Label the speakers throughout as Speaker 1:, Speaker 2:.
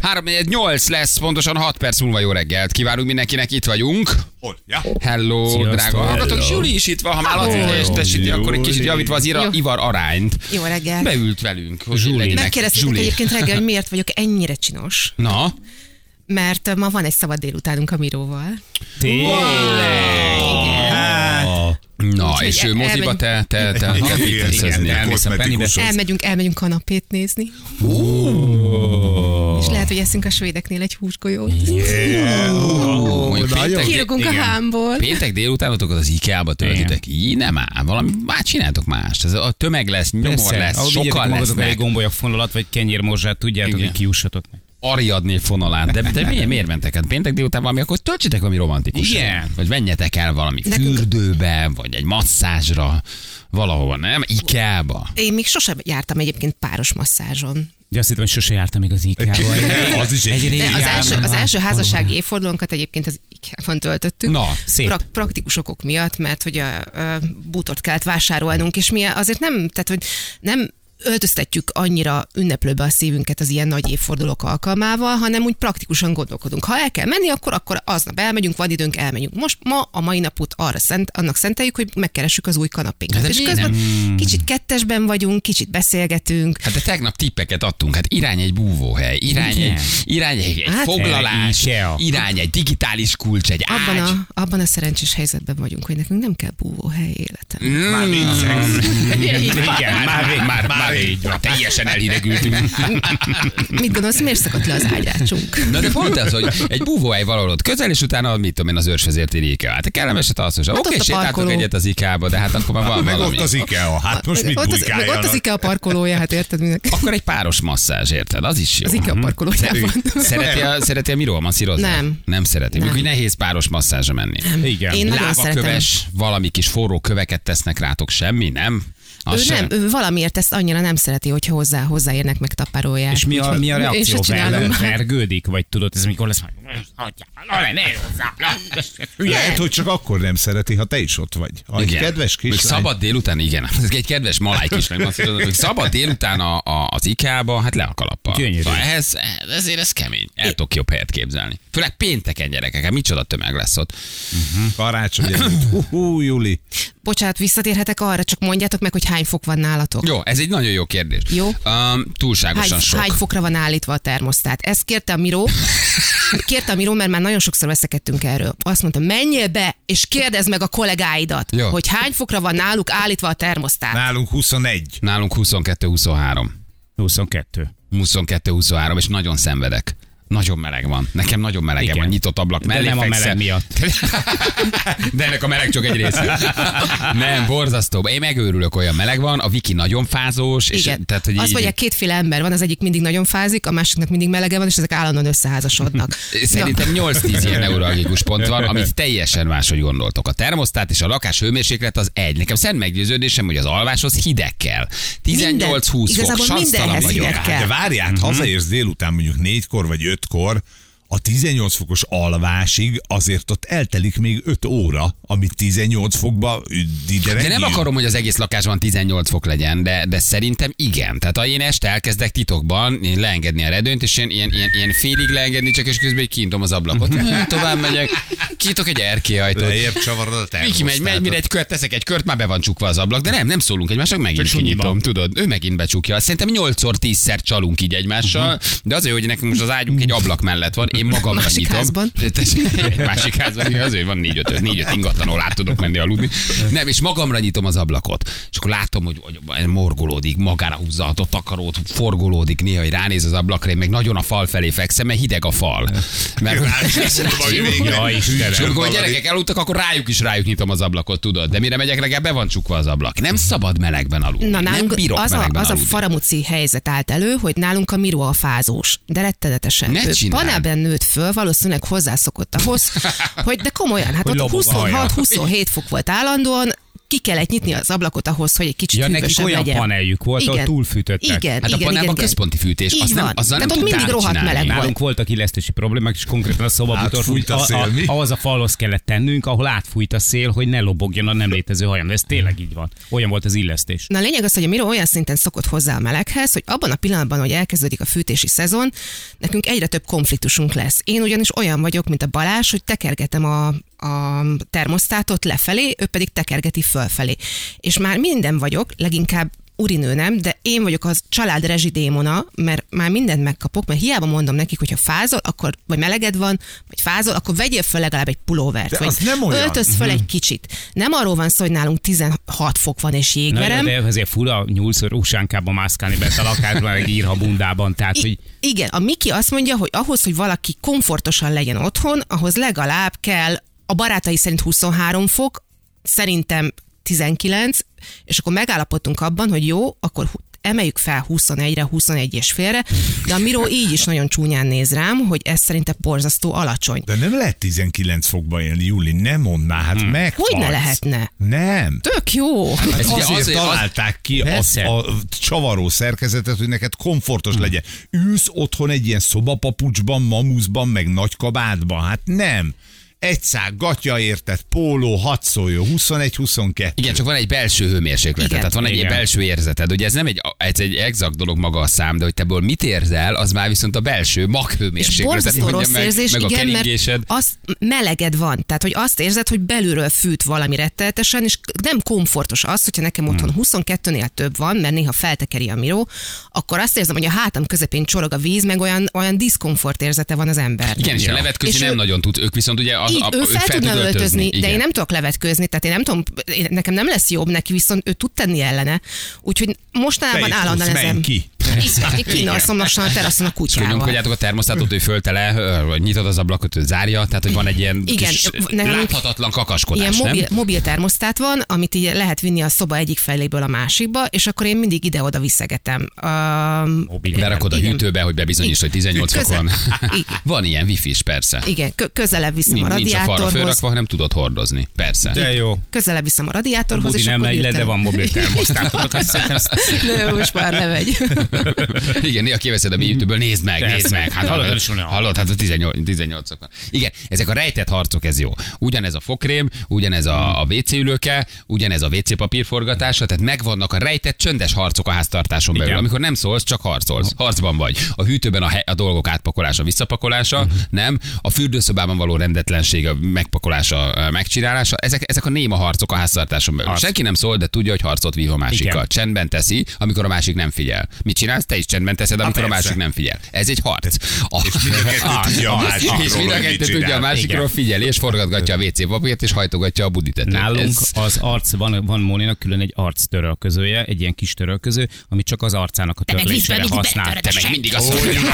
Speaker 1: 3, 8 lesz, pontosan 6 perc múlva jó reggelt. Kívánunk mindenkinek, itt vagyunk.
Speaker 2: Hol? Ja?
Speaker 1: Hello,
Speaker 3: Sziasztok.
Speaker 1: drága hallgatók. És
Speaker 3: Hello.
Speaker 1: Júli is itt van, ha már latin akkor egy kicsit javítva az ira,
Speaker 4: Jó.
Speaker 1: ivar arányt.
Speaker 4: Jó reggel.
Speaker 1: Beült velünk, hogy
Speaker 3: Zsuli.
Speaker 1: legyenek.
Speaker 4: Megkérdeztétek
Speaker 1: Zsuli.
Speaker 4: egyébként reggel, hogy miért vagyok ennyire csinos.
Speaker 1: Na,
Speaker 4: Mert ma van egy szabad délutánunk a Miróval.
Speaker 2: Hát,
Speaker 1: na
Speaker 4: Úgyhogy
Speaker 1: és ő
Speaker 4: el-
Speaker 1: moziba
Speaker 4: elmegy-
Speaker 1: te, te, te.
Speaker 2: Igen,
Speaker 1: te-
Speaker 2: igen,
Speaker 1: te-
Speaker 2: igen,
Speaker 1: te-
Speaker 2: elmész a kozmetikushoz.
Speaker 4: Elmegyünk, elmegyünk kanapét nézni. És lehet, hogy eszünk a svédeknél egy húsgolyót.
Speaker 1: Mondjuk péntek-
Speaker 4: Kirugunk a
Speaker 1: igen.
Speaker 4: hámból.
Speaker 1: Péntek délutánotok az IKEA-ba töltitek. Így nem áll. Valami, már csináltok mást. Ez a tömeg lesz, nyomor lesz, sokan lesznek.
Speaker 3: egy gombolyak fonalat, vagy kenyérmorzsát, tudjátok,
Speaker 1: Igen.
Speaker 3: hogy kiussatok.
Speaker 1: Ariadné fonalán. De, de miért, miért mentek? Hát péntek délután valami, akkor töltsétek valami romantikus.
Speaker 3: Igen.
Speaker 1: Vagy menjetek el valami
Speaker 4: Nekünk-
Speaker 1: fürdőbe, vagy egy masszázsra, valahova, nem? Ikea-ba.
Speaker 4: Én még sosem jártam egyébként páros masszázson.
Speaker 3: De azt hittem, hogy sose jártam még az IK-ba.
Speaker 2: Az is egy-
Speaker 3: régi
Speaker 4: De az,
Speaker 2: Igen,
Speaker 4: első, az
Speaker 3: álmom.
Speaker 4: első házassági évfordulónkat egyébként az IKEA-ban töltöttük.
Speaker 1: Na,
Speaker 3: szép.
Speaker 4: Pra- praktikus okok miatt, mert hogy a, a bútort kellett vásárolnunk, és mi azért nem, tehát hogy nem öltöztetjük annyira ünneplőbe a szívünket az ilyen nagy évfordulók alkalmával, hanem úgy praktikusan gondolkodunk. Ha el kell menni, akkor, akkor aznap elmegyünk, van időnk, elmegyünk. Most ma a mai napot arra szent, annak szenteljük, hogy megkeressük az új kanapénkat.
Speaker 1: De
Speaker 4: és
Speaker 1: miért
Speaker 4: közben kicsit kettesben vagyunk, kicsit beszélgetünk.
Speaker 1: Hát de tegnap tippeket adtunk, hát irány egy búvóhely, irány
Speaker 3: Igen.
Speaker 1: egy, irány egy, egy
Speaker 4: Hát,
Speaker 1: foglalás,
Speaker 3: Ikea.
Speaker 1: irány egy digitális kulcs, egy
Speaker 4: Abban
Speaker 1: ágy.
Speaker 4: a, abban a szerencsés helyzetben vagyunk, hogy nekünk nem kell búvóhely életen.
Speaker 1: Mm.
Speaker 2: Már nincs szex.
Speaker 3: Igen, már vég, már, már így van.
Speaker 1: Teljesen elhidegültünk.
Speaker 4: Mit gondolsz, miért szakadt le az ágyácsunk?
Speaker 1: Na de pont ez, hogy egy búvóhely valahol ott közel, és utána, mit tudom én, az őrsvezért IKEA. Hát kellemeset alszós. Oké,
Speaker 4: ott
Speaker 1: okay,
Speaker 4: a
Speaker 1: sétáltok
Speaker 4: parkoló.
Speaker 1: egyet az IKEA-ba, de hát akkor már van
Speaker 2: Meg
Speaker 1: valami.
Speaker 2: ott az IKEA. Hát most
Speaker 4: Meg
Speaker 2: mit
Speaker 4: ott az, meg ott az
Speaker 2: bujkáljanak?
Speaker 4: IKEA parkolója, hát érted minek?
Speaker 1: Akkor egy páros masszázs, érted? Az is jó. Mhm.
Speaker 4: Az IKEA parkolójában.
Speaker 1: Szereti a, szereti a Miró masszírozni?
Speaker 4: Nem.
Speaker 1: Nem szereti.
Speaker 4: Nem.
Speaker 1: Úgy nehéz páros masszázsra menni.
Speaker 3: Igen.
Speaker 4: Én nagyon szeretem.
Speaker 1: Lávaköves, valami kis forró köveket tesznek rátok, semmi, nem?
Speaker 4: Ő
Speaker 1: sem.
Speaker 4: nem, ő valamiért ezt annyira nem szereti, hogyha hozzá, hozzáérnek meg taparolják.
Speaker 3: És mi a, mi a
Speaker 4: Úgyhogy Én se
Speaker 3: reakció?
Speaker 4: csinálom.
Speaker 3: Ver- Vergődik? Vagy tudod, ez mikor lesz? Hagyjál, Na, ne, ne, hozzá, na.
Speaker 2: Lehet, hogy csak akkor nem szereti, ha te is ott vagy. A
Speaker 1: Igen.
Speaker 2: kedves
Speaker 1: Még
Speaker 2: kislány.
Speaker 1: Szabad délután, igen. Ez egy kedves maláj kislány. azt mondod, hogy Szabad délután a, a, az IKEA-ba, hát le a kalappal.
Speaker 3: Gyönyörű.
Speaker 1: Szóval ehhez, ezért ez kemény. El tudok jobb helyet képzelni. Főleg pénteken gyerekek, hát micsoda tömeg lesz ott.
Speaker 2: Karácsony előtt. Hú, Juli.
Speaker 4: Bocsánat, visszatérhetek arra, csak mondjátok meg, hogy hány fok van nálatok.
Speaker 1: Jó, ez egy nagyon jó kérdés.
Speaker 4: Jó.
Speaker 1: Um, túlságosan
Speaker 4: Hány,
Speaker 1: sok.
Speaker 4: hány fokra van állítva a termosztát? Ezt kérte a Miró, kérte a Miró, mert már nagyon sokszor veszekedtünk erről. Azt mondta, menjél be, és kérdezd meg a kollégáidat,
Speaker 1: Jó.
Speaker 4: hogy hány fokra van náluk állítva a termosztát.
Speaker 2: Nálunk 21.
Speaker 1: Nálunk 22-23.
Speaker 3: 22.
Speaker 1: 22-23, és nagyon szenvedek. Nagyon meleg van. Nekem nagyon melege
Speaker 3: Igen.
Speaker 1: van. Nyitott ablak
Speaker 3: De
Speaker 1: mellé
Speaker 3: nem a meleg
Speaker 1: fekszel.
Speaker 3: miatt.
Speaker 1: De ennek a meleg csak egy része. Nem, borzasztó. Én megőrülök, olyan meleg van. A Viki nagyon fázós. És
Speaker 4: Igen.
Speaker 1: Tehát, hogy
Speaker 4: Azt
Speaker 1: így-
Speaker 4: mondják, kétféle ember van, az egyik mindig nagyon fázik, a másiknak mindig melege van, és ezek állandóan összeházasodnak.
Speaker 1: Szerintem 8-10 ilyen neuralgikus pont van, amit teljesen máshogy gondoltok. A termosztát és a lakás hőmérséklet az egy. Nekem szent meggyőződésem, hogy az alváshoz hideg kell. 18-20 fok,
Speaker 4: igazából
Speaker 1: sansztalan
Speaker 4: mindenhez
Speaker 1: vagyok.
Speaker 4: hideg kell.
Speaker 2: hát, De várját,
Speaker 1: Mhm.
Speaker 2: hazaérsz délután mondjuk négykor vagy ötkor, a 18 fokos alvásig azért ott eltelik még 5 óra, amit 18 fokba
Speaker 1: De
Speaker 2: dideregjük.
Speaker 1: nem akarom, hogy az egész lakásban 18 fok legyen, de, de szerintem igen. Tehát ha én este elkezdek titokban én leengedni a redőnyt, és én ilyen, ilyen, ilyen félig leengedni, csak és közben így kinyitom az ablakot. Hát, Tovább megyek, kinyitok egy erkélyajtót.
Speaker 2: Lejjebb csavarod a termosztátot.
Speaker 1: Viki megy, megy, mire egy kört teszek egy kört, már be van csukva az ablak, de nem, nem szólunk egymásnak, megint
Speaker 3: Csak sunyiban.
Speaker 1: kinyitom, tudod, ő megint becsukja. Szerintem 8-10-szer csalunk így egymással,
Speaker 3: Mhm.
Speaker 1: de az a jó, hogy nekünk most az ágyunk egy ablak mellett van, én magam
Speaker 4: Másik
Speaker 1: nyitom.
Speaker 4: házban.
Speaker 1: Egy másik házban, igen, azért van 4 5 4 5 ingatlan, ahol át tudok menni aludni. Nem, és magamra nyitom az ablakot. És akkor látom, hogy, hogy morgolódik, magára húzza a takarót, forgolódik, néha hogy ránéz az ablakra, én meg nagyon a fal felé fekszem, mert hideg a fal. Mert
Speaker 3: Ja,
Speaker 1: és
Speaker 3: Istenem.
Speaker 1: amikor a gyerekek eludtak, akkor rájuk is rájuk nyitom az ablakot, tudod. De mire megyek, legalább be van csukva az ablak. Nem szabad melegben aludni.
Speaker 4: Mhm. Na,
Speaker 1: nem
Speaker 4: nálunk
Speaker 1: bírok
Speaker 4: az, a,
Speaker 1: melegben
Speaker 4: az a
Speaker 1: aludni.
Speaker 4: faramuci helyzet állt elő, hogy nálunk a Miró a fázós, de rettenetesen.
Speaker 1: Ne
Speaker 4: ő
Speaker 1: csináld.
Speaker 4: panában nőtt föl, valószínűleg hozzászokott ahhoz, hogy de komolyan, hát
Speaker 3: Hogy
Speaker 4: ott
Speaker 3: lobog a haja.
Speaker 4: 26-27 fok volt állandóan, ki kellett nyitni az ablakot ahhoz, hogy egy kicsit
Speaker 3: Ja, nekik
Speaker 4: hűvösebb
Speaker 3: olyan
Speaker 4: legyen.
Speaker 3: paneljük volt, ahol túlfűtöttek.
Speaker 4: Igen,
Speaker 1: Hát a
Speaker 4: igen,
Speaker 1: panelban
Speaker 4: igen,
Speaker 1: központi fűtés,
Speaker 4: Így
Speaker 1: azt nem-
Speaker 4: van.
Speaker 1: azzal nem
Speaker 4: Tehát ott
Speaker 1: tudtál
Speaker 4: mindig rohadt
Speaker 1: csinálni.
Speaker 4: meleg volt.
Speaker 3: Nálunk voltak illesztési problémák, és konkrétan a szobabutor
Speaker 2: Átfújt
Speaker 3: fújt,
Speaker 2: a
Speaker 3: a,
Speaker 2: szél, mi?
Speaker 3: a, ahhoz a falhoz kellett tennünk, ahol átfújt a szél, hogy ne lobogjon a nem létező hajam. De ez tényleg így van. Olyan volt az illesztés.
Speaker 4: Na a lényeg az, hogy a Miro olyan szinten szokott hozzá a meleghez, hogy abban a pillanatban, hogy elkezdődik a fűtési szezon, nekünk egyre több konfliktusunk lesz. Én ugyanis olyan vagyok, mint a Balázs, hogy tekergetem a, a termosztátot lefelé, ő pedig tekergeti fölfelé. És már minden vagyok, leginkább urinő nem, de én vagyok az család rezsidémona, mert már mindent megkapok, mert hiába mondom nekik, hogy ha fázol, akkor, vagy meleged van, vagy fázol, akkor vegyél föl legalább egy pulóvert,
Speaker 2: De
Speaker 4: vagy
Speaker 2: az nem olyan. Mhm.
Speaker 4: öltöz föl egy kicsit. Nem arról van szó, hogy nálunk 16 fok van és
Speaker 3: Na,
Speaker 4: jégverem,
Speaker 3: de azért fura nyúlszor úsánkában mászkálni bent a lakásban, meg írha bundában. Tehát, hogy
Speaker 4: I- igen, a Miki azt mondja, hogy ahhoz, hogy valaki komfortosan legyen otthon, ahhoz legalább kell a barátai szerint 23 fok, szerintem 19, és akkor megállapodtunk abban, hogy jó, akkor hu- emeljük fel 21-re, 21 és félre, de a Miró így is nagyon csúnyán néz rám, hogy ez szerinte borzasztó alacsony.
Speaker 2: De nem lehet 19 fokba élni, Júli, nem mondná, hát hmm. meg.
Speaker 4: Hogy ne lehetne?
Speaker 2: Nem.
Speaker 4: Tök jó!
Speaker 1: Ez
Speaker 2: Ez
Speaker 1: ugye
Speaker 2: azért
Speaker 1: azért- az-
Speaker 2: találták ki az,
Speaker 3: Persze.
Speaker 2: a csavaró szerkezetet, hogy neked komfortos legyen. Ülsz otthon egy ilyen szobapapucsban, mamuszban, meg nagy kabátban? Hát nem. Egy szág gatya érted, póló, hat szóljó, 21-22.
Speaker 1: Igen, csak van egy belső hőmérséklet,
Speaker 4: Igen.
Speaker 1: tehát van egy ilyen
Speaker 3: Igen.
Speaker 1: belső érzeted. Ugye ez nem egy, ez egy exakt dolog maga a szám, de hogy te ebből mit érzel, az már viszont a belső
Speaker 4: És
Speaker 1: maghőmérséklet.
Speaker 4: borzasztó
Speaker 1: mondja
Speaker 4: rossz
Speaker 1: meg,
Speaker 4: érzés,
Speaker 1: meg a
Speaker 4: igen, mert
Speaker 1: keringésed.
Speaker 4: az meleged van. Tehát, hogy azt érzed, hogy belülről fűt valami retteltesen, és nem komfortos az, hogyha
Speaker 1: Hmm.
Speaker 4: nekem otthon 22-nél több van, mert néha feltekeri a miró, akkor azt érzem, hogy a hátam közepén csorog a víz, meg olyan, olyan diszkomfort érzete van az embernek.
Speaker 1: Igen, és a
Speaker 4: És
Speaker 1: levetkőzni nem
Speaker 4: ő-
Speaker 1: nagyon tud, ők viszont ugye az,
Speaker 4: Így,
Speaker 1: a,
Speaker 4: ő fel, tudna
Speaker 1: tud
Speaker 4: öltözni, de
Speaker 1: igen.
Speaker 4: én nem tudok levetkőzni, tehát én nem tudom, én, nekem nem lesz jobb neki, viszont ő tud tenni ellene. Úgyhogy mostanában
Speaker 2: itt
Speaker 4: állandóan
Speaker 2: húsz, menj
Speaker 4: ezen.
Speaker 2: ki.
Speaker 4: Így, kínoszom lassan a teraszon a
Speaker 1: És akkor
Speaker 4: kutyával.
Speaker 1: nyomkodjátok a termosztátot, ő föltele, ö, vagy nyitod az ablakot, ő zárja, tehát hogy van egy ilyen
Speaker 4: Igen,
Speaker 1: kis
Speaker 4: nálunk
Speaker 1: láthatatlan kakaskodás,
Speaker 4: Ilyen mobil,
Speaker 1: nem?
Speaker 4: mobil termosztát van, amit így lehet vinni a szoba egyik feléből a másikba, és akkor én mindig ide-oda viszegetem. Um,
Speaker 3: mobil.
Speaker 1: Berakod a
Speaker 4: Igen.
Speaker 1: hűtőbe, hogy bebizonyítsd, hogy 18 fok
Speaker 4: Közel- Ah,
Speaker 1: van.
Speaker 4: Igen.
Speaker 1: Van ilyen wifi is, persze.
Speaker 4: igen, kö- közelebb viszem a
Speaker 1: Nincs- Nincs a falra
Speaker 4: radiátorhoz.
Speaker 1: fölrakva, hanem tudod hordozni. Persze.
Speaker 3: De jó.
Speaker 4: Közelebb viszem a
Speaker 3: A
Speaker 4: radiátorhoz,
Speaker 3: budi
Speaker 4: és
Speaker 3: nem
Speaker 4: akkor
Speaker 3: megy le, de
Speaker 4: ültem.
Speaker 3: van mobil termosztátokat. Azt hiszem,
Speaker 4: Ne, most már ne megy.
Speaker 1: Igen, néha kiveszed a YouTube-ből, nézd meg,
Speaker 3: Persze.
Speaker 1: nézd meg. Hát,
Speaker 3: Hallod,
Speaker 1: hallod,
Speaker 3: is van olyan.
Speaker 1: hallod, hát a 18, 18 -ok van. Igen, ezek a rejtett harcok, ez jó. Ugyanez a fokrém, ugyanez a, a WC ülőke, ugyanez a WC papír forgatása, tehát megvannak a rejtett csöndes harcok a háztartáson belül,
Speaker 3: Igen.
Speaker 1: amikor nem szólsz, csak harcolsz. Harcban vagy. A hűtőben a, he- a dolgok átpakolása, visszapakolása,
Speaker 3: Mhm.
Speaker 1: nem. A fürdőszobában való rendetlensége, megpakolása, megcsinálása. Ezek, ezek a néma harcok a háztartáson belül.
Speaker 3: Harc.
Speaker 1: Senki nem szól, de tudja, hogy harcot vív a másikkal.
Speaker 3: Igen.
Speaker 1: Csendben teszi, amikor a másik nem figyel. Mit csinálsz? Te is csendben teszed, amikor a
Speaker 2: persze.
Speaker 1: másik nem figyel. Ez egy harc. A... És
Speaker 2: mind a kettő tudja
Speaker 1: És mind a kettő
Speaker 2: a másikról, hogy mit
Speaker 1: tudja a
Speaker 2: csinál.
Speaker 1: másikról,
Speaker 3: Igen.
Speaker 1: figyel, és forgatgatja a WC papírt, és hajtogatja a buditetőt.
Speaker 3: Nálunk
Speaker 1: Ez...
Speaker 3: az arc, van, van Móninak külön egy arc törölközője, egy ilyen kis törölköző, amit csak az arcának a
Speaker 4: meg vízben
Speaker 3: törlésére
Speaker 4: mindig
Speaker 3: használ.
Speaker 4: betöröd a
Speaker 3: Te meg
Speaker 1: Mindig azt mondja,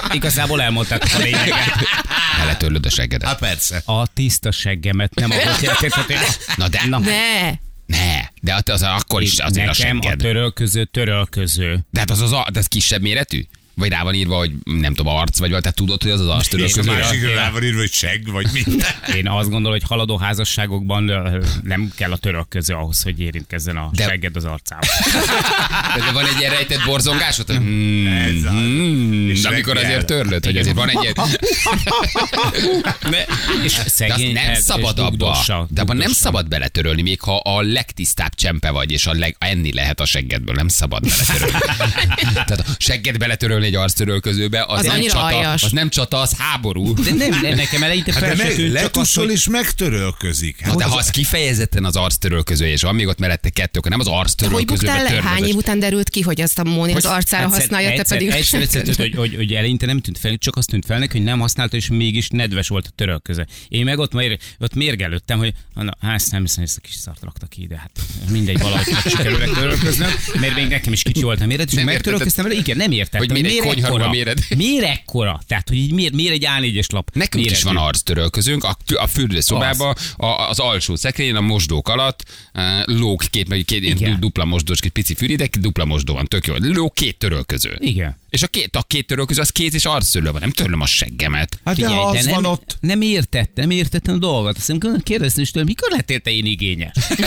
Speaker 3: Hát, Igazából elmondták a lényeget.
Speaker 1: beletörlöd a seggedet.
Speaker 2: Hát persze.
Speaker 3: A tiszta seggemet nem adott jelentett.
Speaker 1: Na de,
Speaker 4: Ne,
Speaker 1: ne, de az- az akkor is azért a
Speaker 3: Nekem a
Speaker 1: segged.
Speaker 3: törölköző törölköző.
Speaker 1: De hát az, az, a, de az kisebb méretű? Vagy rá van írva, hogy nem tudom, arc vagy valami, tehát tudod, hogy az az arc
Speaker 2: És a
Speaker 1: törölköző.
Speaker 2: másikra rá van írva, hogy segg, vagy minden.
Speaker 3: Én azt gondolom, hogy haladó házasságokban ö, nem kell a törölköző ahhoz, hogy érintkezzen a
Speaker 1: De-
Speaker 3: segged az arcával.
Speaker 1: De de van egy ilyen rejtett borzongásod? hogy hmm,
Speaker 2: Ez az.
Speaker 1: hmm,
Speaker 2: És
Speaker 1: amikor
Speaker 2: reggel.
Speaker 1: azért törlöd, hogy azért van egy ilyen...
Speaker 3: És
Speaker 1: De azt
Speaker 3: szegény
Speaker 1: nem
Speaker 3: el- és
Speaker 1: szabad
Speaker 3: dugdossa,
Speaker 1: abba, de abban nem
Speaker 3: dugdossa.
Speaker 1: szabad beletörölni, még ha a legtisztább csempe vagy, és a leg, enni lehet a seggedből, nem szabad beletörölni. Tehát a segget beletörölni egy arctörölközőbe, az,
Speaker 4: Az
Speaker 1: nem
Speaker 4: annyira
Speaker 1: csata,
Speaker 4: aljas.
Speaker 1: az nem csata, az háború.
Speaker 3: De nem, nem, nekem eleinte
Speaker 2: Hát
Speaker 3: fel
Speaker 2: de
Speaker 3: se
Speaker 2: meg,
Speaker 3: tűnt, csak az,
Speaker 2: letussol
Speaker 3: hogy
Speaker 2: és megtörölközik.
Speaker 1: Na,
Speaker 2: Hát
Speaker 1: de ha az kifejezetten az arctörölköző, és van még ott mellette kettő, akkor nem az
Speaker 4: hogy
Speaker 1: arctörölközőbe
Speaker 4: buktál le? Hány év
Speaker 1: törlözös.
Speaker 4: után derült ki, hogy azt a Móni az arcára
Speaker 3: egyszer-
Speaker 4: használja, te
Speaker 3: egyszer,
Speaker 4: pedig...
Speaker 3: Egyszer, egyszer, tudod, hogy, hogy, hogy eleinte nem tűnt fel, csak azt tűnt fel neki, hogy nem használta, és mégis nedves volt a török köze. Én meg ott, már, ott mérgelődtem, hogy na, hát ezt nem hiszem, hogy ezt a kis szart rakta ki ide, hát mindegy, valahogy csak sikerül törölköznöm, mert még nekem is kicsi volt a méret, és
Speaker 1: Nem
Speaker 3: megtörölköztem vele, igen, nem értettem.
Speaker 1: Hogy miért egy konyharba
Speaker 3: ekkora?
Speaker 1: méred?
Speaker 3: Miért ekkora? Tehát, hogy így miért, miért egy A4-es lap?
Speaker 1: Nekünk
Speaker 3: méretű?
Speaker 1: is van arctörölközőnk, a, a fürdőszobában, a, az alsó szekrényen, a mosdók alatt e, lóg két, meg két ilyen
Speaker 3: Igen.
Speaker 1: dupla mosdós, két pici fűridek, dupla mosdó van, tök jó. Lóg két törölköző.
Speaker 3: Igen.
Speaker 1: És a két, a két törő közül az kéz és arcszőlő van. Nem törlöm a seggemet.
Speaker 2: Hát de ha az
Speaker 3: nem,
Speaker 2: van ott.
Speaker 3: nem értettem, nem értettem a dolgot. Azt mondom, kérdeztem is tőlem, mikor lettél te én igényes? Hát,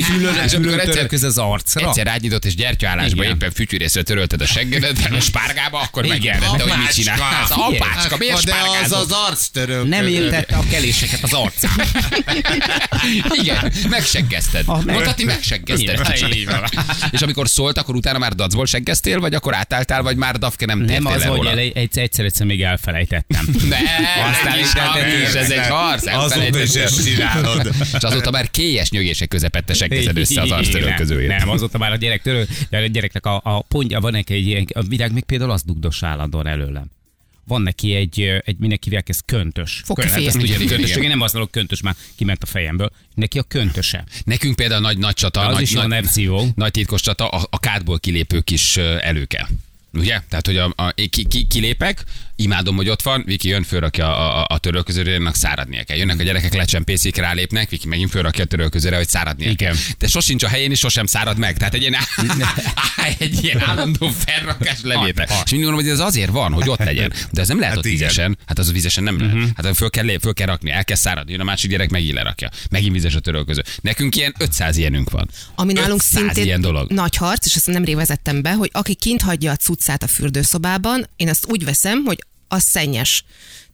Speaker 1: Fülön, és amikor egyszer,
Speaker 3: Török ez az arcra.
Speaker 1: egyszer rádnyitott és gyertyállásba
Speaker 3: Igen.
Speaker 1: éppen fütyűrészre törölted a seggedet, a spárgába, akkor
Speaker 3: Igen.
Speaker 1: megjelentette, hogy mit
Speaker 3: Apácska.
Speaker 1: csinálsz.
Speaker 3: Figyelj.
Speaker 1: Apácska, miért
Speaker 5: de az
Speaker 1: spárgázol?
Speaker 5: az arctörő.
Speaker 3: Nem értette a keléseket az arcán.
Speaker 1: Hát Igen, megseggezted.
Speaker 3: Ah, meg-
Speaker 1: Mondhatni, megseggezted.
Speaker 3: Igen.
Speaker 1: Így van. És amikor szólt, akkor utána már dacból seggeztél, vagy akkor átálltál, vagy már dafke nem tértél
Speaker 3: Nem az,
Speaker 1: le
Speaker 3: hogy
Speaker 1: róla?
Speaker 3: ele- egyszer, egyszer, egyszer még elfelejtettem.
Speaker 1: Ne,
Speaker 3: Aztán
Speaker 1: nem is,
Speaker 3: is eltetés,
Speaker 1: is, ez egy harc.
Speaker 2: Azóta is
Speaker 1: elfelejtettem.
Speaker 2: ezt csinálod.
Speaker 1: És azóta már kélyes nyögések közepette seggezed össze az arctörők
Speaker 3: Nem,
Speaker 1: közül.
Speaker 3: Nem, azóta már a gyerek törő, de a gyereknek a, a pontja, van neki egy ilyen, a virág még például az dugdos állandóan előlem. Van neki egy, ö, egy minek hívják, ez köntös.
Speaker 4: Fogkeféje.
Speaker 3: Kö- hát ezt ugye
Speaker 1: Igen,
Speaker 3: köntös,
Speaker 1: igen.
Speaker 3: én nem használok köntös, már kiment a fejemből. Neki a köntöse.
Speaker 1: Nekünk például nagy, nagy csata,
Speaker 3: Az
Speaker 1: nagy,
Speaker 3: is
Speaker 1: nagy,
Speaker 3: a nevszívó.
Speaker 1: nagy titkos csata, a, a kádból kilépő kis ö, előke. Ugye? Tehát, hogy a, a, ki, ki, kilépek, imádom, hogy ott van, Viki jön, fölrakja a, a, a törölközőre, annak száradnia kell. Jönnek a gyerekek, lecsempészik, rálépnek, Viki megint fölrakja a törölközőre, hogy száradnia
Speaker 3: Igen.
Speaker 1: kell. De sosincs a helyén, és sosem szárad meg. Tehát egy ilyen, egy ilyen állandó felrakás levétel.
Speaker 3: Ad, ad.
Speaker 1: És mindig mondom, hogy ez azért van, hogy ott legyen. De ez nem lehet
Speaker 2: Hát
Speaker 1: ott
Speaker 2: igen.
Speaker 1: vizesen. Hát az vizesen nem lehet. Hát föl kell, lép- föl kell rakni, el kell száradni, jön a másik gyerek megint lerakja. Megint vizes a törölköző. Nekünk ilyen 500 ilyenünk van.
Speaker 4: Ami nálunk
Speaker 1: 500
Speaker 4: szintén
Speaker 1: ilyen dolog.
Speaker 4: nagy harc, és ezt nemrég vezettem be, hogy aki kint hagyja a cuccát a fürdőszobában, én azt úgy veszem, hogy az szennyes.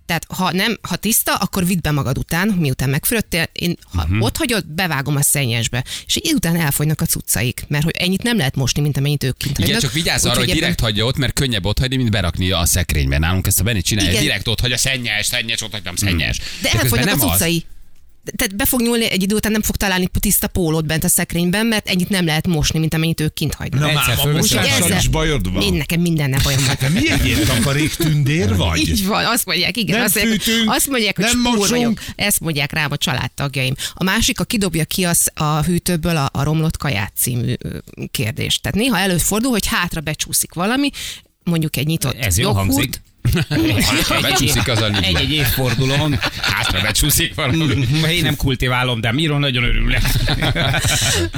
Speaker 4: Tehát ha nem, ha tiszta, akkor vidd be magad után, miután megfürödtél, én ha
Speaker 1: Mhm.
Speaker 4: uh-huh. ott hagyod, bevágom a szennyesbe. És így után elfogynak a cuccaik, mert hogy ennyit nem lehet mosni, mint amennyit ők kint hagynak.
Speaker 1: Igen, csak vigyázz arra,
Speaker 4: Úgyhogy
Speaker 1: hogy
Speaker 4: ebben-
Speaker 1: direkt hagyja ott, mert könnyebb ott hagyni, mint berakni a szekrénybe. Nálunk ezt a Benni csinálja,
Speaker 4: Igen.
Speaker 1: direkt ott hagyja, szennyes, szennyes, ott hagytam szennyes.
Speaker 4: De
Speaker 1: közben
Speaker 4: elfogynak a
Speaker 1: nem az.
Speaker 4: cuccai. De- Tehát be fog nyúlni egy idő után, nem fog találni tiszta pólót bent a szekrényben, mert ennyit nem lehet mosni, mint amennyit ők kint hagynak.
Speaker 2: Na már,
Speaker 3: Egyszer
Speaker 2: a
Speaker 3: fölveszed
Speaker 4: Úgyhogy
Speaker 2: mosással
Speaker 4: ezzel-
Speaker 2: is bajod van.
Speaker 4: Én nekem mindennel bajom van.
Speaker 2: Te mi egy ilyen takarék tündér vagy?
Speaker 4: Így van, azt mondják, igen.
Speaker 2: Nem
Speaker 4: azt, mondják,
Speaker 2: fűtünk,
Speaker 4: azt mondják, hogy
Speaker 2: nem
Speaker 4: spúr vagyok.
Speaker 2: mosunk.
Speaker 4: Ezt mondják rám a családtagjaim. A másik, a kidobja ki az a hűtőből a, a romlott kaját című ö, kérdés. Tehát néha előfordul, hogy hátra becsúszik valami, mondjuk egy nyitott
Speaker 3: Ez jó
Speaker 4: joghurt.
Speaker 3: hangzik.
Speaker 1: Hátra becsúszik az a nyugdíj.
Speaker 3: Egy-egy évfordulón.
Speaker 1: Hátra becsúszik valami.
Speaker 3: Én nem kultiválom, de Miro nagyon örülök.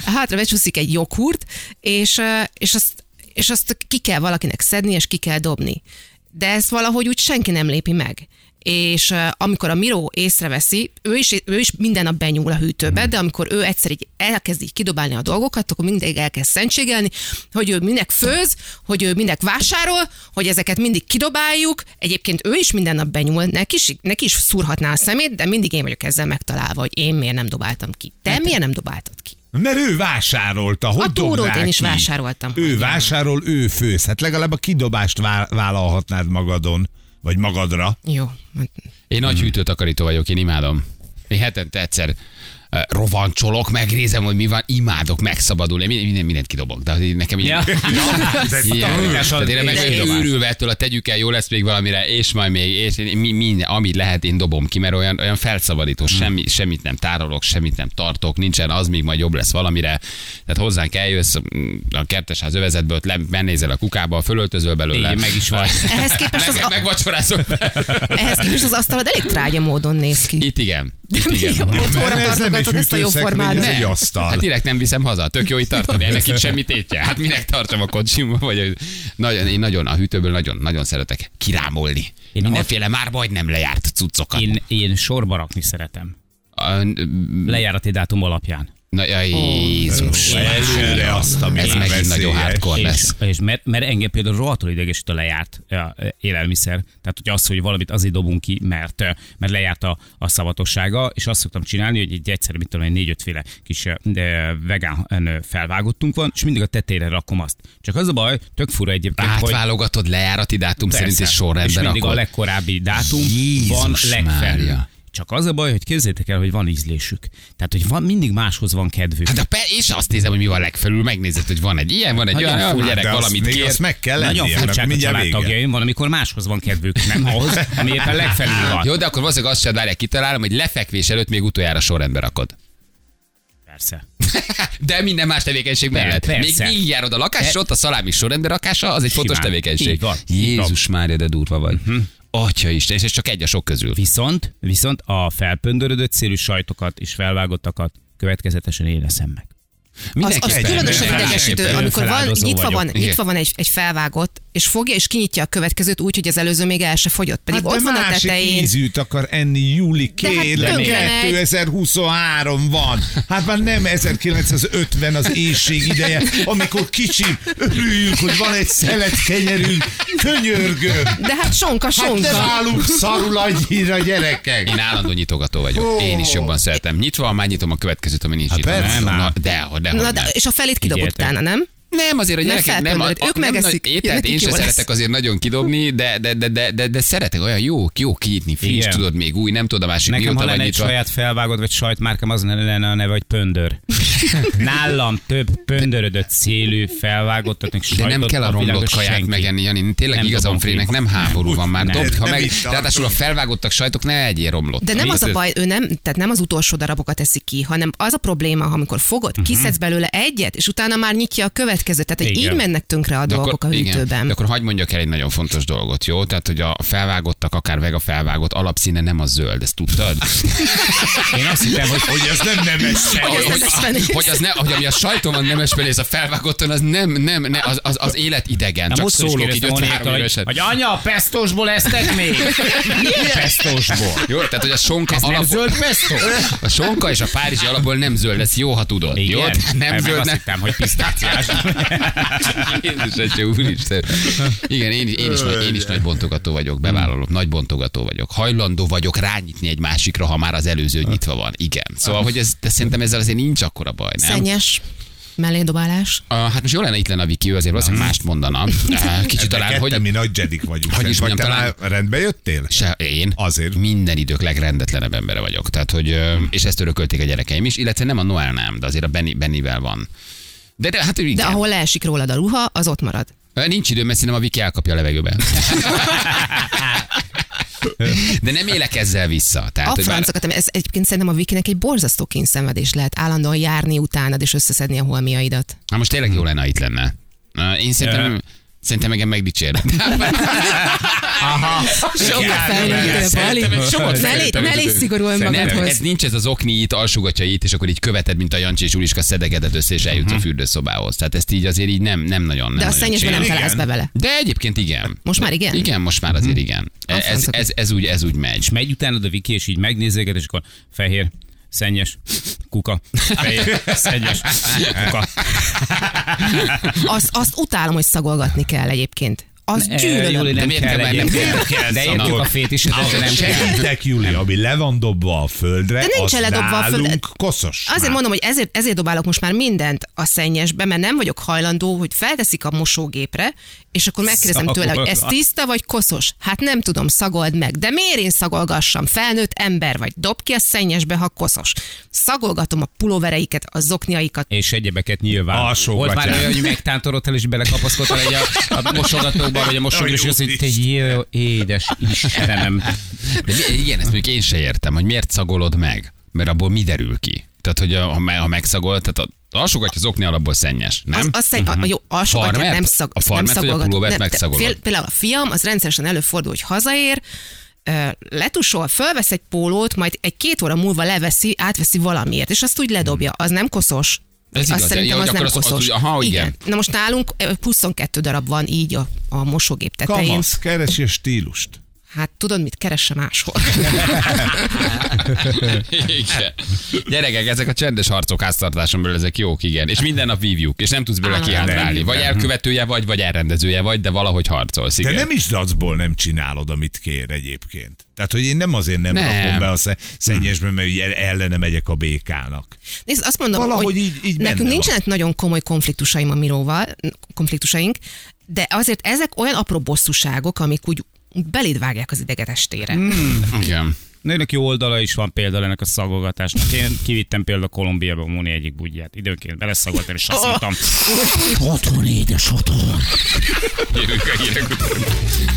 Speaker 4: hátra becsúszik egy joghurt, és, ö, és, azt, és azt ki kell valakinek szedni, és ki kell dobni. De ezt valahogy úgy senki nem lépi meg. És ö, amikor a Miró észreveszi, ő is, ő is minden nap benyúl a hűtőbe, de amikor ő egyszer így elkezd így kidobálni a dolgokat, akkor mindig elkezd szentségelni, hogy ő minek főz, hogy ő minek vásárol, hogy ezeket mindig kidobáljuk. Egyébként ő is minden nap benyúl, neki is, neki is szúrhatná a szemét, de mindig én vagyok ezzel megtalálva, hogy én miért nem dobáltam ki. Te miért nem dobáltad ki?
Speaker 2: Mert ő vásárolta, hogy
Speaker 4: A túrót
Speaker 2: dobnál
Speaker 4: én is
Speaker 2: ki?
Speaker 4: vásároltam.
Speaker 2: Ő vásárol, ő főz. Hát legalább a kidobást vá- vállalhatnád magadon, vagy magadra.
Speaker 4: Jó.
Speaker 1: Én nagy hűtőtakarító vagyok, én imádom. Én hetente egyszer eh, rovancsolok, megnézem, hogy mi van, imádok megszabadulni, Én minden, minden, mindent kidobok, de azért nekem ilyen...
Speaker 3: Ja.
Speaker 1: Ilyen-
Speaker 2: takarítás
Speaker 1: Tehát én
Speaker 2: az-
Speaker 1: meg
Speaker 2: de
Speaker 1: vagyok
Speaker 2: én-
Speaker 1: őrülve ettől a tegyük el, jó lesz még valamire, és majd még, és én, mi, minden, amit lehet, én dobom ki, mert olyan, olyan felszabadító, semmi, semmit nem tárolok, semmit nem tartok, nincsen, az még majd jobb lesz valamire. Tehát hozzánk eljössz mm, a kertesház övezetből, ott le- benézel a kukába, fölöltözöl belőle.
Speaker 3: Így, meg is vagy.
Speaker 4: Ehhez képest az,
Speaker 1: Meg,
Speaker 4: a,
Speaker 1: megvacsorázok.
Speaker 4: ehhez képest az asztalod elég trágya módon néz ki.
Speaker 1: Itt igen. Itt
Speaker 4: Mi
Speaker 1: igen.
Speaker 4: Otthonra
Speaker 2: Nem, ez nem egy
Speaker 4: tartogatod ezt a jó
Speaker 2: hűtőszekrény,
Speaker 4: formát.
Speaker 2: ez egy
Speaker 4: Ne.
Speaker 2: asztal.
Speaker 1: Hát direkt nem viszem haza, tök jó itt tartani, ennek itt semmi tétje. Hát minek tartsam a kocsimba, vagy nagyon, én nagyon a hűtőből nagyon, nagyon szeretek kirámolni. Én
Speaker 3: Én
Speaker 1: mindenféle már majd nem lejárt cuccokat. Én...
Speaker 3: Én, én sorba rakni szeretem. Lejárati dátum alapján.
Speaker 1: Na, ja, Jézus.
Speaker 2: Előre azt, ami
Speaker 1: Ez megint
Speaker 2: veszélyes.
Speaker 1: nagyon hardcore
Speaker 3: És,
Speaker 1: lesz.
Speaker 3: és mert, mert engem például rohadtul idegesít a lejárt ja, élelmiszer. Tehát, hogy az, hogy valamit azért dobunk ki, mert, ö, mert lejárt a, a szavatossága, és azt szoktam csinálni, hogy egy egyszer, mit tudom, én, négy-ötféle kis ö, ö, vegán ö, felvágottunk van, és mindig a tetejére rakom azt. Csak az a baj, tök fura egyébként, hogy
Speaker 1: Átválogatod lejárati dátum
Speaker 3: Persze.
Speaker 1: szerint és
Speaker 3: És
Speaker 1: sorrendben
Speaker 3: mindig a
Speaker 1: rakod.
Speaker 3: legkorábbi dátum
Speaker 1: Jézus
Speaker 3: van legfelül.
Speaker 1: Mária.
Speaker 3: Csak az a baj, hogy képzétek el, hogy van ízlésük. Tehát, hogy van, mindig máshoz van kedvük.
Speaker 1: Hát a pe, és azt nézem, hogy mi van legfelül, megnézed, hogy van egy ilyen, van egy
Speaker 3: Nagyon
Speaker 1: olyan, olyan
Speaker 3: furcsa,
Speaker 1: gyerek
Speaker 2: Hát de azt
Speaker 1: valamit
Speaker 2: még
Speaker 1: kér.
Speaker 2: Azt meg kell
Speaker 3: Nagyon
Speaker 2: lennie, mert
Speaker 3: furcsák a
Speaker 2: mindjárt vége.
Speaker 3: családtagjaim, van, amikor máshoz van kedvük, nem ahhoz, ami éppen legfelül van.
Speaker 1: Jó, de akkor valószínűleg azt sem várják, kitalálom, hogy lefekvés előtt még utoljára sorrendbe rakod.
Speaker 3: Persze.
Speaker 1: De minden más tevékenység mellett.
Speaker 3: Persze.
Speaker 1: Még végig járod a lakás, és
Speaker 3: E-
Speaker 1: ott a szalámi sorrendbe rakása, az egy
Speaker 3: Simán.
Speaker 1: fontos tevékenység.
Speaker 3: Így van. Mhm.
Speaker 1: Jézus Mária, de durva vagy. Atya Isten, és ez csak egy a sok közül.
Speaker 3: Viszont, viszont a felpöndörödött szélű sajtokat és felvágottakat következetesen én eszem meg.
Speaker 4: Az, az
Speaker 1: felmegy.
Speaker 4: különösen
Speaker 1: Mindenki
Speaker 4: idegesítő,
Speaker 1: felmegy.
Speaker 4: amikor van,
Speaker 3: Feláldozó
Speaker 4: nyitva
Speaker 3: vagyok.
Speaker 4: van,
Speaker 1: Igen.
Speaker 4: nyitva van egy, egy felvágott, és fogja, és kinyitja a következőt úgy, hogy az előző még el se fogyott. Pedig
Speaker 2: hát
Speaker 4: ott
Speaker 2: de
Speaker 4: van a
Speaker 2: másik
Speaker 4: tetején.
Speaker 2: ízűt akar enni, Júli,
Speaker 4: De hát
Speaker 2: kérlek,
Speaker 4: tönkre megy.
Speaker 2: 2023 van. Hát már nem 1950 az éjség ideje, amikor kicsi, örüljünk, hogy van egy szelet kenyerünk, könyörgöm.
Speaker 4: De hát sonka,
Speaker 2: Hát
Speaker 4: sonka.
Speaker 2: ne válunk szarul annyira, gyerekek.
Speaker 1: Én állandó nyitogató vagyok.
Speaker 2: Ó.
Speaker 1: Én is jobban szeretem. Nyitva, már nyitom a következőt, ami
Speaker 3: Hát
Speaker 1: nincs nyitva.
Speaker 2: persze.
Speaker 1: Nem, Na, de, de,
Speaker 4: Na,
Speaker 1: de,
Speaker 4: de,
Speaker 1: de,
Speaker 4: és a felét kidobod
Speaker 3: Figyeltek.
Speaker 4: utána, nem?
Speaker 1: nem, azért a
Speaker 4: Ne
Speaker 1: gyerekek nem, a,
Speaker 4: felpöröld, ők
Speaker 1: nem
Speaker 4: megeszik,
Speaker 1: nagy ételt
Speaker 4: nekik
Speaker 1: én sem
Speaker 4: jó lesz.
Speaker 1: szeretek azért nagyon kidobni, de, de, de, de, de, de szeretek olyan jó, jó kinyitni, friss,
Speaker 3: Igen.
Speaker 1: tudod még új, nem tudod a másik
Speaker 3: Nekem, ha
Speaker 1: mióta vagy
Speaker 3: lenne egy
Speaker 1: nyitva.
Speaker 3: saját felvágod, vagy sajtmárkám, az lenne a neve, hogy pöndör. Nálam több pöndörödött szélű felvágottat, meg
Speaker 1: De nem kell a romlott kaját
Speaker 3: senki.
Speaker 1: megenni, Jani. Tényleg
Speaker 3: Nem
Speaker 1: igazam
Speaker 3: dobom ki.
Speaker 1: Frének, nem háború van már.
Speaker 3: Nem.
Speaker 1: Dobd, ha
Speaker 2: Nem
Speaker 1: meg,
Speaker 2: itt tartunk.
Speaker 1: ráadásul a felvágottak sajtok, ne egyél romlott.
Speaker 4: De nem az a baj, ő nem, tehát nem az utolsó darabokat eszik ki, hanem az a probléma, ha amikor fogod,
Speaker 1: Mhm.
Speaker 4: uh-huh. kiszedsz belőle egyet, és utána már nyitja a következőt. Tehát hogy
Speaker 3: Igen.
Speaker 4: így mennek tönkre a
Speaker 1: De
Speaker 4: dolgok a
Speaker 1: igen,
Speaker 4: hűtőben.
Speaker 1: De akkor hagyd mondjak el egy nagyon fontos dolgot, jó? Tehát, hogy a felvágottak, akár vega felvágott, alapszíne nem a zöld, ezt tudtad?
Speaker 3: Én azt hittem, hogy
Speaker 2: Hogy ez nem nemes
Speaker 4: Hogy ez
Speaker 1: hogy,
Speaker 4: nemes fenész.
Speaker 1: hogy, az ne, hogy ami a sajton van nemes fenész, a felvágottan, az nem, nem, ne, az, az, az élet idegen.
Speaker 3: Na,
Speaker 1: Csak
Speaker 3: most
Speaker 1: szólok így 53
Speaker 3: hogy,
Speaker 1: évesen.
Speaker 3: hogy anya, a pestósból esztek még? Milyen pestósból?
Speaker 1: Jó, tehát, hogy a sonka
Speaker 3: Ez nem
Speaker 1: alapon...
Speaker 3: zöld pestó?
Speaker 1: A sonka és a párizsi alapból nem zöld, ez jó, ha tudod. Jó?
Speaker 3: Igen,
Speaker 1: Nem
Speaker 3: meg
Speaker 1: zöld,
Speaker 3: azt
Speaker 1: nem,
Speaker 3: hittem, hogy pisztáciás.
Speaker 1: Jézus, atya, úristen. Igen, én, én, is, nagy, én is nagy bontogató vagyok, bevállalom, nagy bontogató vagyok. Hajlandó vagyok rányitni egy másikra, ha már az előző nyitva van. Igen.
Speaker 3: Ah.
Speaker 1: Szóval, hogy ez, de szerintem ezzel azért nincs akkora baj, nem?
Speaker 4: Szennyes, mellédobálás.
Speaker 1: Uh, hát most jó lenne itt lenne a Viki, ő azért valószínűleg mást mondana. Á, Kicsit talán, hogy...
Speaker 2: mi nagy jedik vagyunk.
Speaker 1: Hogy is
Speaker 2: Vagy
Speaker 1: mondjam,
Speaker 2: talán rendbe jöttél?
Speaker 1: Se, én
Speaker 2: Azért.
Speaker 1: minden idők legrendetlenebb embere vagyok. Tehát, hogy, ö, és ezt örökölték a gyerekeim is, illetve nem a Noel nem, de azért a Benny, Bennivel van. De, de hát igen. Hát,
Speaker 4: De ahol leesik rólad a ruha, az ott marad.
Speaker 1: Ö, Nincs idő, mert szerintem a Viki elkapja a levegőbe. De nem élek ezzel vissza. Tehát,
Speaker 4: Hát, a
Speaker 1: hogy bár-
Speaker 4: francokat, ami- ez egyébként szerintem a Vikinek egy borzasztó kényszenvedés lehet állandóan járni utánad és összeszedni a holmiaidat.
Speaker 1: Na most tényleg jó lenne, ha itt lenne. Ö, Én szerintem,
Speaker 3: Ö.
Speaker 1: szerintem engem megdicsérnek. Aha.
Speaker 4: Sokat
Speaker 1: Igen,
Speaker 4: felnőtt,
Speaker 1: szerintem egy sokat
Speaker 4: Ne légy-
Speaker 1: felnőttem,
Speaker 4: ne
Speaker 1: mint
Speaker 4: légy
Speaker 1: ő.
Speaker 4: szigorú
Speaker 1: Nem,
Speaker 4: önmagadhoz.
Speaker 1: ez nincs ez az okni itt, alsugatja itt, és akkor így követed, mint a Jancsi és Uliska szedegeted össze, és eljutsz a fürdőszobához. Tehát ezt így azért így nem, nem nagyon. Nem
Speaker 4: Mhm. De a
Speaker 1: nagyon
Speaker 4: szennyesben nem
Speaker 1: csinálom.
Speaker 4: találsz be vele.
Speaker 1: De egyébként igen.
Speaker 4: Most már Mhm. igen?
Speaker 1: Igen, most már azért igen. E- Ez,
Speaker 4: francok.
Speaker 1: ez, ez, úgy, ez úgy megy.
Speaker 3: És megy utánad a Viki, és így megnézéket, és akkor fehér, szennyes, kuka, fehér, szennyes, kuka.
Speaker 4: Azt, azt utálom, hogy szagolgatni kell egyébként. Azt gyűlölöm.
Speaker 1: De
Speaker 3: De
Speaker 1: miért
Speaker 3: miért
Speaker 1: kell
Speaker 3: kell
Speaker 1: mennem?
Speaker 3: egyébként.
Speaker 1: Miért
Speaker 3: De
Speaker 1: kell
Speaker 3: értjük
Speaker 1: szagolni?
Speaker 3: a fétisedet, de nem kell.
Speaker 2: Segítek, Júli, ami le van dobva a földre,
Speaker 4: De nincs
Speaker 2: az
Speaker 4: eledobva a földre.
Speaker 2: nálunk koszos.
Speaker 4: Azért mondom, hogy ezért, ezért dobálok most már mindent a szennyesbe, mert nem vagyok hajlandó, hogy felteszik a mosógépre, és akkor megkérdezem tőle, hogy ez
Speaker 3: Szagolva.
Speaker 4: tiszta vagy koszos? Hát nem tudom, szagold meg. De miért én szagolgassam? Felnőtt ember vagy. Dob ki a szennyesbe, ha koszos. Szagolgatom a pulóvereiket, a zokniaikat.
Speaker 3: és egyebeket nyilván.
Speaker 2: Alsó
Speaker 3: Volt már
Speaker 2: gatyán.
Speaker 3: olyan, hogy megtántorodtál és belekapaszkodtál egy a, a mosogatókba, vagy a mosógépbe, és azt mondta, hogy jó, édes Istenem.
Speaker 1: De mi- igen, ezt mondjuk én se értem, hogy miért szagolod meg, mert abból mi derül ki? Tehát, hogy a, ha me- ha megszagolod, tehát a, alsogatja az okni alapból szennyes, nem? Mhm.
Speaker 4: Az, az szeg, a, jó, alsógatját
Speaker 1: Farmert?
Speaker 4: nem, szag,
Speaker 1: A farmert
Speaker 4: nem
Speaker 1: vagy a
Speaker 4: szagolgat-
Speaker 1: pulóvert
Speaker 4: nem, de
Speaker 1: megszagolod?
Speaker 4: fél- Például a fiam, az rendszeresen előfordul, hogy hazaér, ö, letusol, fölvesz egy pólót, majd egy-két óra múlva leveszi, átveszi valamiért, és azt úgy ledobja. Az nem koszos.
Speaker 1: Mhm. Ez
Speaker 4: azt
Speaker 1: igaz,
Speaker 4: szerintem
Speaker 1: ja,
Speaker 4: az
Speaker 1: hogy
Speaker 4: nem
Speaker 1: akkor az- az
Speaker 4: koszos.
Speaker 1: úgy- aha, igen.
Speaker 4: Na most nálunk ö, 22 darab van így a, a mosógép tetején.
Speaker 2: Kamasz, keresi a stílust.
Speaker 4: Hát tudod mit, keresse máshol.
Speaker 1: Igen. Gyerekek, ezek a csendes harcok háztartáson belül, ezek jók, igen. És minden nap vívjuk, és nem tudsz belőle
Speaker 4: Állandóan.
Speaker 1: kihátrálni. Vagy elkövetője vagy, vagy elrendezője vagy, de valahogy harcolsz,
Speaker 2: De
Speaker 1: igen.
Speaker 2: nem is zacból nem csinálod, amit kér egyébként. Tehát, hogy én nem azért nem,
Speaker 1: Nem.
Speaker 2: rakom be a sze- szennyesbe, mert így el- ellene megyek a békának.
Speaker 4: Nézd, azt mondom,
Speaker 2: Valahogy
Speaker 4: hogy
Speaker 2: így- így benne
Speaker 4: nekünk
Speaker 2: van.
Speaker 4: nincsenek nagyon komoly konfliktusaim a Miróval, konfliktusaink, de azért ezek olyan apró bosszúságok, amik úgy beléd vágják az ideget estére. Mm.
Speaker 1: Igen.
Speaker 3: Nőnek jó oldala is van például ennek a szagogatásnak. Én kivittem például Kolumbiába Muni egyik budját. Időnként beleszagoltam, és azt mondtam,
Speaker 1: Jövünk a hírek után.